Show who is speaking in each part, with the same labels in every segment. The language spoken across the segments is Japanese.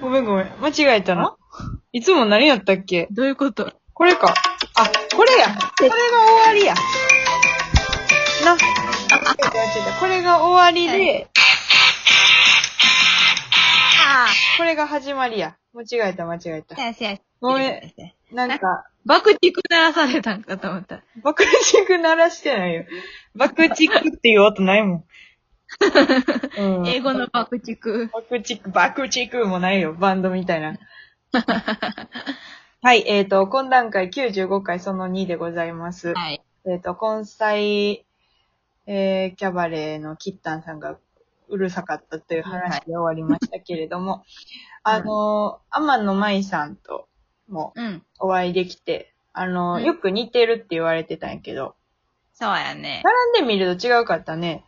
Speaker 1: ごめんごめん。間違えたな。いつも何やったっけ
Speaker 2: どういうこと
Speaker 1: これか。あ、これや。これが終わりや。な。あ、違う違う。これが終わりで、
Speaker 2: あ
Speaker 1: これが始まりや。間違えた間違え
Speaker 2: あ。
Speaker 1: た。
Speaker 2: やしやし。
Speaker 1: ごめん。なんか、
Speaker 2: 爆竹鳴らされたんかと思った。
Speaker 1: 爆竹鳴らしてないよ。爆竹っていう音ない もん。うん、
Speaker 2: 英語の爆竹。
Speaker 1: 爆竹、爆竹もないよ。バンドみたいな。 はい、えっ、ー、と、懇談会95回その2でございます。
Speaker 2: はい。
Speaker 1: えっ、と、根菜、えー、キャバレーのキッタンさんがうるさかったという話で終わりましたけれども、あの、天野舞さんとも
Speaker 2: うん。
Speaker 1: お会いできて、あの、
Speaker 2: うん
Speaker 1: よく似てるって言われてたんやけど、
Speaker 2: そうやね。
Speaker 1: 並んでみると違うかったね。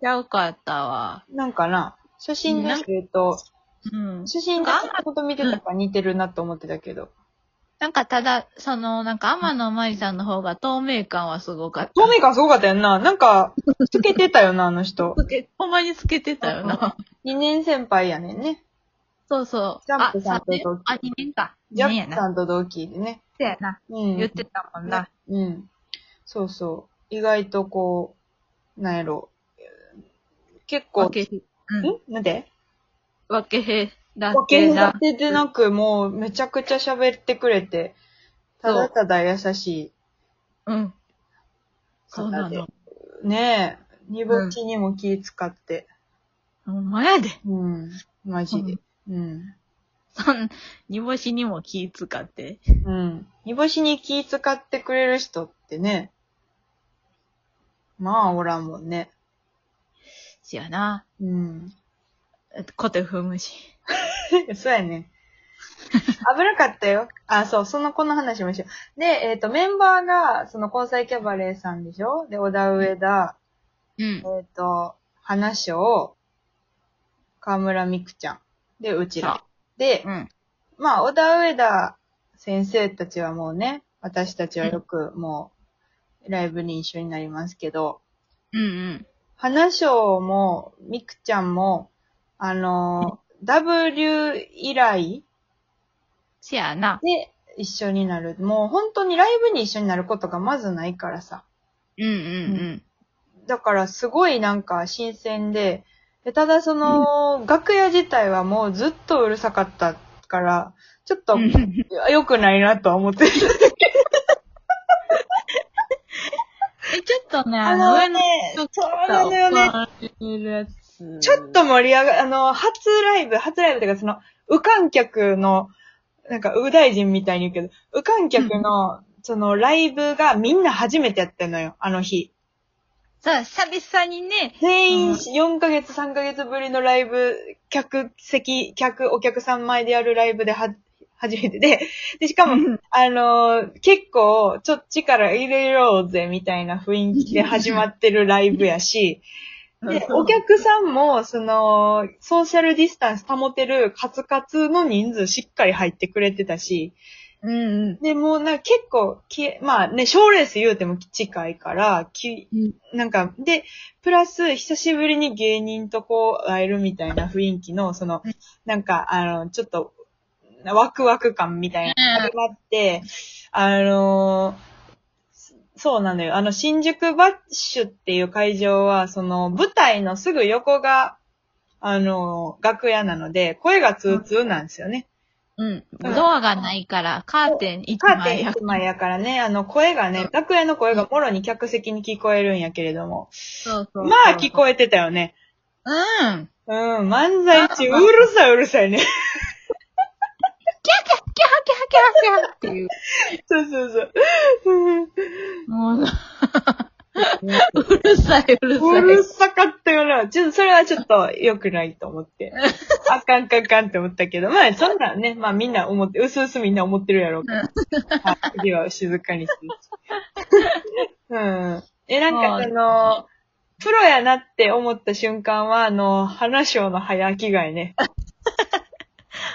Speaker 2: ちゃうかったわ。
Speaker 1: なんかな、写真で見ると、
Speaker 2: うん。
Speaker 1: 写真でちょっと見てたから似てるなと思ってたけど、
Speaker 2: なんかただ、その、なんか天野まりさんの方が透明感はすごかった。
Speaker 1: 透明感すごかったよな。なんか、つけてたよな、あの人。
Speaker 2: つけ、ほんまにつけてたよな。
Speaker 1: 2年先輩やねんね。
Speaker 2: そうそう。
Speaker 1: ジャンプさんと
Speaker 2: あ、3年あ、2年か。
Speaker 1: ジ
Speaker 2: 2
Speaker 1: ャ
Speaker 2: 年や
Speaker 1: ック
Speaker 2: な。
Speaker 1: さんと同期でね。
Speaker 2: そうやな。
Speaker 1: うん。
Speaker 2: 言ってたもんな。
Speaker 1: うん。そうそう。意外とこう、なんやろ。結構、
Speaker 2: わ
Speaker 1: ん
Speaker 2: け、うん。
Speaker 1: なんで
Speaker 2: わけへだ
Speaker 1: 分
Speaker 2: け
Speaker 1: け
Speaker 2: だ
Speaker 1: 隔。てでなく、もうめちゃくちゃ喋ってくれて、ただただ優し
Speaker 2: うん。そうなの。
Speaker 1: い。ねえ、煮ぼっちにも気使って。
Speaker 2: ほんまやで。
Speaker 1: うん。マジで。うん。
Speaker 2: そん、煮干しにも気使って。
Speaker 1: うん。煮干しに気使ってくれる人ってね、まあおらんもんね。
Speaker 2: しやな。
Speaker 1: うん。
Speaker 2: コテ踏むし。
Speaker 1: そうや ね。危なかったよ。あ、そう、その、この話もしよう。で、えっ、と、メンバーが、その、交際キャバレーさんでしょで、小田上田、
Speaker 2: うん
Speaker 1: えっ、と、花椒、河村美久ちゃん。で、うちら。で
Speaker 2: う、ん。
Speaker 1: まあ、小田上田先生たちはもうね、私たちはよくもう、ライブに一緒になりますけど、
Speaker 2: うんうん。
Speaker 1: 花椒も、みくちゃんも、あの、W 以来
Speaker 2: せやな。
Speaker 1: で、一緒になる。もう本当にライブに一緒になることがまずないからさ。
Speaker 2: うんうん
Speaker 1: だからすごいなんか新鮮で、でただその、楽屋自体はもうずっとうるさかったから、ちょっと
Speaker 2: うんうん。
Speaker 1: 良くないなとは思ってる。
Speaker 2: え、ちょっとね、
Speaker 1: あ
Speaker 2: あ
Speaker 1: の
Speaker 2: の、
Speaker 1: ね
Speaker 2: 上の、
Speaker 1: そうなのよね。
Speaker 2: ね。
Speaker 1: ちょっと、盛り上が、あの、初ライブ、初ライブというかその、無観客の、なんか、右大臣みたいに言うけど、無観客の、その、ライブがみんな初めてやってんのよ、あの日。
Speaker 2: さあ、久々にね、
Speaker 1: 全員
Speaker 2: うん
Speaker 1: 4ヶ月、3ヶ月ぶりのライブ、客席、客、お客さん前でやるライブでは、初めてで、で、しかも、あのー結構、ちょっと力入れようぜ、みたいな雰囲気で始まってるライブやし、 で、お客さんも、その、ソーシャルディスタンス保てるカツカツの人数しっかり入ってくれてたし、
Speaker 2: うんうん。
Speaker 1: で、もうなんか結構、きまあね、賞ーレース言うても近いから、き
Speaker 2: うん
Speaker 1: なんか、で、プラス、久しぶりに芸人とこう会えるみたいな雰囲気の、その
Speaker 2: うん、
Speaker 1: なんか、あの、ちょっと、ワクワク感みたいなのがあって、あのーそうなのよ。あの、新宿バッシュっていう会場は、その、舞台のすぐ横が、あのー楽屋なので、声が通通なんですよね。
Speaker 2: うん。ドアがないから、カーテン一
Speaker 1: カーテ
Speaker 2: 枚
Speaker 1: ン
Speaker 2: や
Speaker 1: 1枚やからね、あの、声がね、楽屋の声がもろに客席に聞こえるんやけれども。
Speaker 2: そうそう。
Speaker 1: まあ、聞こえてたよね。
Speaker 2: うん。
Speaker 1: うん、漫才中、うるさいうるさいね。
Speaker 2: キャハキャハキャハキャハっていう。
Speaker 1: そうそうそう。うん
Speaker 2: もう、 うるさい、うるさ
Speaker 1: う
Speaker 2: い。
Speaker 1: るさかったよな。ちょっと、それはちょっと良くないと思って。 あかんかんかんって思ったけど、まあ、そんなんね、まあみんな思って、うすうすみんな思ってるやろうから。はい次は静かにする。 うん。え、なん
Speaker 2: は
Speaker 1: か
Speaker 2: い
Speaker 1: その、プロやなって思った瞬間は、あの、花椒の早着替えね。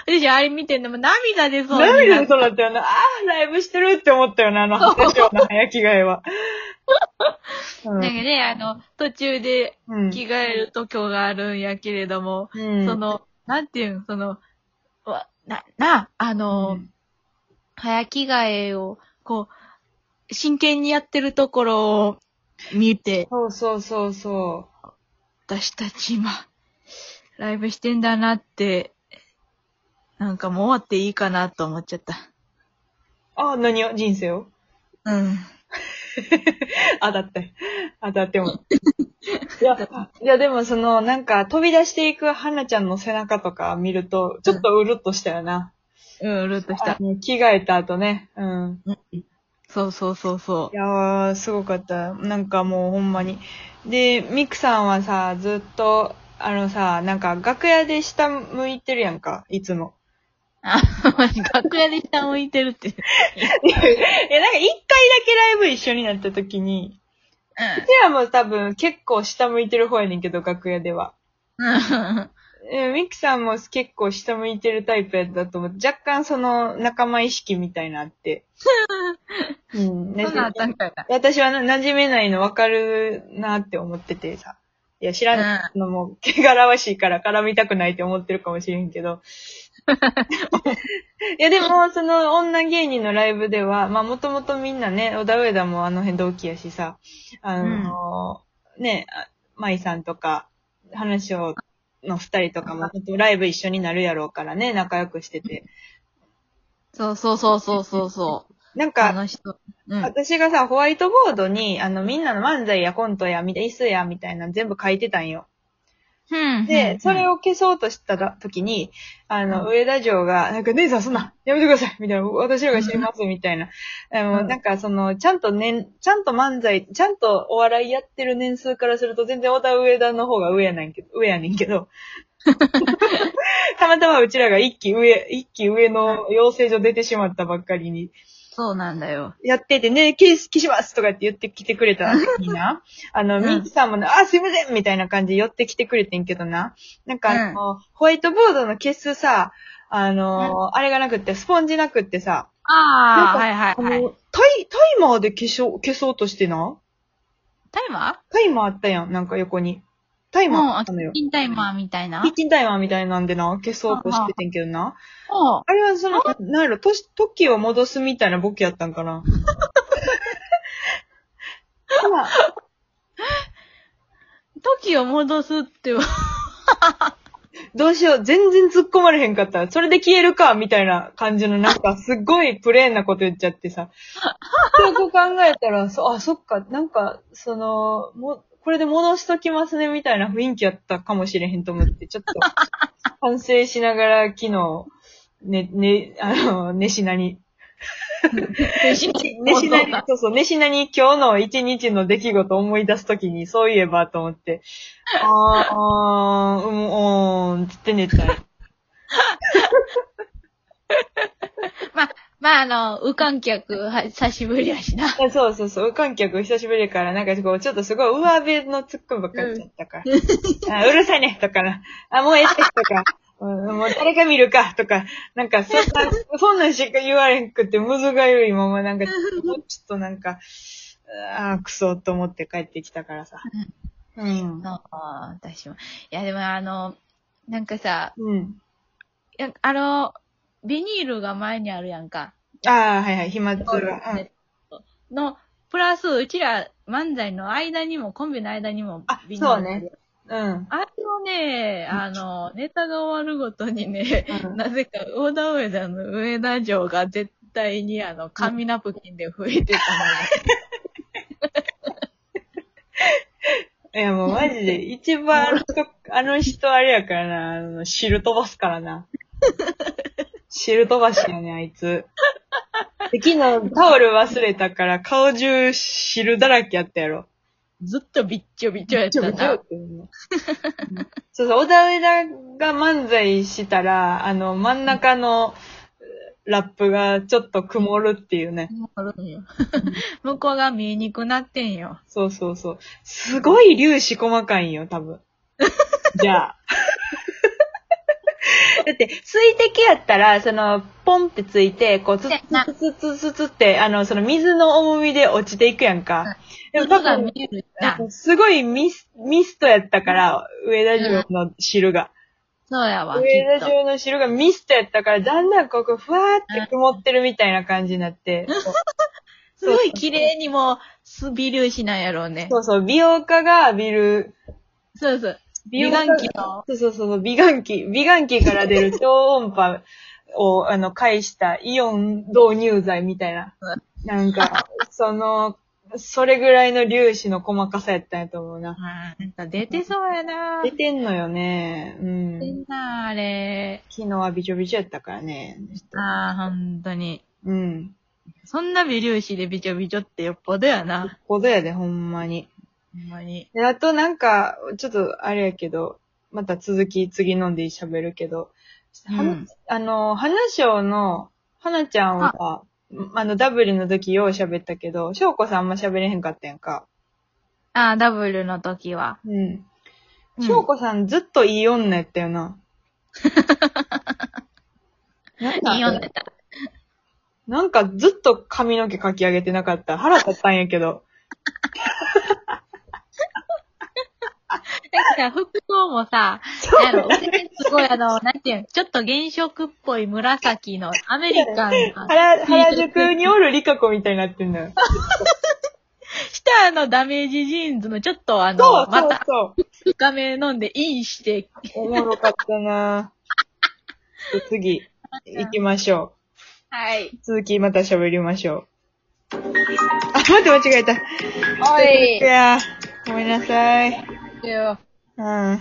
Speaker 2: 私、あれ見てんでも涙出そうになる
Speaker 1: 涙でそうだったよな。ああ、ライブしてるって思ったよな、あの、花椒の早着替えは。う
Speaker 2: なん
Speaker 1: ん
Speaker 2: か ね、あの、途中で
Speaker 1: うん。
Speaker 2: 着替える度胸があるんやけれども、
Speaker 1: うん
Speaker 2: その、なんていうん、その、わな、な、あの、
Speaker 1: うん
Speaker 2: 早着替えを、こう、真剣にやってるところを見て、
Speaker 1: そうそうそうそ
Speaker 2: 私たち今、ライブしてんだなって、なんかもう終わっていいかなと思っちゃった。
Speaker 1: う。あ、何を人生を
Speaker 2: うん。
Speaker 1: あ、だって。あ、だ っても。いや、いやでもその、なんか、飛び出していく花ちゃんの背中とか見ると、ちょっとうるっとしたよな。
Speaker 2: うん、うるっとし
Speaker 1: あ
Speaker 2: た。
Speaker 1: の着替えた後ね。うん。
Speaker 2: そうそうそうそ
Speaker 1: いやー、すごかった。なんかもうほんまに。で、ミクさんはさ、ずっと、あのさ、なんか楽屋で下向いてるやんか、いつも。
Speaker 2: う。楽屋で下向いてるって。
Speaker 1: いや、なんか一回だけライブ一緒になった時に、
Speaker 2: う
Speaker 1: テアも多分結構下向いてる方やねんけど、楽屋では。
Speaker 2: ん。
Speaker 1: うん、ミクさんも結構下向いてるタイプやったと思う。若干その仲間意識みたいなあって。うん、
Speaker 2: そんなんあったんかいな。
Speaker 1: 私はな馴染めないの分かるなって思っててさ。いや、知らないのも、汚らわしいから絡みたくないって思ってるかもしれんけど。いや、でも、その、女芸人のライブでは、まあ、もともとみんなね、小田上田もあの辺同期やしさ、あのね、あ舞さんとか、話を、の二人とかも、ちょっとライブ一緒になるやろうからね、仲良くしてて。
Speaker 2: そうそうそうそうそうそう。
Speaker 1: なん
Speaker 2: あ
Speaker 1: か、
Speaker 2: の人。うん。
Speaker 1: 私がさ、ホワイトボードに、あの、みんなの漫才やコントや、みたいな、椅子や、みたいなの全部書いてたんよ。
Speaker 2: うん。
Speaker 1: で、それ
Speaker 2: を。
Speaker 1: を消そうとしたら時に、あの、
Speaker 2: うん
Speaker 1: 上田城が、なんか、姉さんそんな、やめてくださいみたいな、私らが知ります、みたいな。あの、
Speaker 2: うん
Speaker 1: なんか、その、ちゃんとね、ちゃんと漫才、ちゃんとお笑いやってる年数からすると、全然小田上田の方が上やなんけど、上やねんけ ど。たまたまうちらが一期上、一期上の養成所出てしまったばっかりに、
Speaker 2: そうなんだよ。
Speaker 1: やっててね、ケース消しますとかって言ってきてくれた時にな、あの、
Speaker 2: うん
Speaker 1: ミキさんもね、あ、すいませんみたいな感じで寄ってきてくれてんけどな。なんかあの、ホワイトボードの消すさ、あの、あれがなくって、スポンジなくってさ、なんか
Speaker 2: ああ、はいは
Speaker 1: あ
Speaker 2: いはい。
Speaker 1: の、タイ、タイマーで消そう、消そうとしてな。
Speaker 2: タイマ
Speaker 1: タイマーあったやん、なんか横に。タイ
Speaker 2: ーも
Speaker 1: マー
Speaker 2: う、
Speaker 1: あ
Speaker 2: あ
Speaker 1: ったのよ。
Speaker 2: キンタイマーみたいな
Speaker 1: キッ。チンタイマーみたいなんでな、消そうとしててんけどな。
Speaker 2: おう
Speaker 1: あれはその、なんやろ、とし、時を戻すみたいなボケやったんか な。まあ
Speaker 2: 時を戻すっては、
Speaker 1: どうしよう、全然突っ込まれへんかった。それで消えるか、みたいな感じの、なんか、すっごいプレーンなこと言っちゃってさ。そうこう考えたら、そ、あ、そっか、なんか、その、も、これで戻しときますね、みたいな雰囲気やったかもしれへんと思って、ちょっと、反省しながら、昨日、ね、ね、 あの、ねしなに、
Speaker 2: ねしな
Speaker 1: ねしなに、そうそう、ねしなに今日の一日の出来事を思い出すときに、そういえばと思って、あー、あー、うん、おーん、つって寝たよ。
Speaker 2: まあ、あの、無観客、は久しぶりやしな。
Speaker 1: いやそうそうそう、無観客久しぶりやから、なんかこう、ちょっとすごい上辺のツッコミばっかりしちゃったから。あうるさいねとかな。あ、もうええってとか。うんもう誰か見るかとか、なんかそんな、そんなんしか言われんくって、むずがゆいまま、なんか、もうちょっとなんか、ああ、くそと思って帰ってきたからさ。うん。
Speaker 2: ああ、私も。いや、でもあの、なんかさ、
Speaker 1: うん。
Speaker 2: いやあの、ビニールが前にあるやんか。
Speaker 1: ああ、はいはい、飛沫が。うん。
Speaker 2: の、プラス、うちら漫才の間にも、コンビの間にも
Speaker 1: あ、
Speaker 2: ビニール
Speaker 1: そうね。うん。
Speaker 2: あれをね、あの、ネタが終わるごとにね、
Speaker 1: うん
Speaker 2: なぜか、オーダーウェダの上田城が絶対に、あの、紙ナプキンで拭いてたのが、
Speaker 1: いやもうマ ジで、一番あの人、あの人あれやからな、あの、汁飛ばすから な。汁飛ばしやね、あいつ。で昨日タオル忘れたから顔中汁だらけやったやろ。
Speaker 2: ずっとびっちょびちょやっ
Speaker 1: ちょ
Speaker 2: た
Speaker 1: びちょ
Speaker 2: な
Speaker 1: っ。て言うのそうそう、小田上田が漫才したら、あの、真ん中のラップがちょっと曇るっていうね。
Speaker 2: あるんよ向こうが見えにくなってんよ。
Speaker 1: そうそうそう。すごい粒子細かいんよ、多 分。じゃあ。 だって、水滴やったら、その、ポンってついて、こう、つ
Speaker 2: せやな
Speaker 1: つつつつつって、あの、その水の重みで落ちていくやんか。でも多
Speaker 2: 色が見
Speaker 1: 分、
Speaker 2: えるな。
Speaker 1: すごいミスミストやったから、上田城の汁が。
Speaker 2: そうやわ、き
Speaker 1: 上
Speaker 2: っ
Speaker 1: 田
Speaker 2: と。
Speaker 1: 中の汁がミストやったから、だんだんここふわーって曇ってるみたいな感じにな って。
Speaker 2: すごい綺麗にもう、す微粒子なんやろうね。
Speaker 1: そうそう、美容家が浴びる、
Speaker 2: そうそう。
Speaker 1: 美容
Speaker 2: 美
Speaker 1: 家
Speaker 2: 顔器の。
Speaker 1: そうそうそう、美顔器、美顔器から出る超音波を、あの、介したイオン導入剤みたいな
Speaker 2: うん。
Speaker 1: なんか、その、それぐらいの粒子の細かさやったんやと思うな。
Speaker 2: あーなんか出てそうやな
Speaker 1: 出てんのよね。う
Speaker 2: 出て
Speaker 1: ん。
Speaker 2: んなあれ。
Speaker 1: 昨日はびちょびちょやったからね。
Speaker 2: ああ、ほんとに。
Speaker 1: うん。
Speaker 2: そんな微粒子でびちょびちょってよっぽどやな。
Speaker 1: ことやで、ほんまに。
Speaker 2: ほんまに。
Speaker 1: であとなんか、ちょっとあれやけど、また続き、次飲んで喋るけど、は
Speaker 2: うん
Speaker 1: あの、花賞の、花ちゃんは、あの、ダブルの時よう喋ったけど、翔子さんあんま喋れへんかったやんか。
Speaker 2: ああ、ダブルの時は。
Speaker 1: うん。
Speaker 2: うん
Speaker 1: 翔子さんずっといい女やったよ な。なんか
Speaker 2: いいよね。
Speaker 1: なんかずっと髪の毛かき上げてなかった。腹立ったんやけど。
Speaker 2: なんか服装もさ、なんやろ俺すごいあの、なんていうん、ちょっと原色っぽい紫のアメリカンな。
Speaker 1: 原、原宿におるリカ子みたいになってんのよ。
Speaker 2: 下のダメージジーンズのちょっと
Speaker 1: そう
Speaker 2: あの、
Speaker 1: そ
Speaker 2: ま
Speaker 1: う
Speaker 2: た
Speaker 1: そう。
Speaker 2: 深め飲んでインして、
Speaker 1: おもろかったなぁ。ちょっと次、行きましょ
Speaker 2: はい。
Speaker 1: う。続きまた喋りましょう。あ、待って、間違えた。
Speaker 2: お
Speaker 1: いやーごめんなさい。
Speaker 2: よ。
Speaker 1: うん。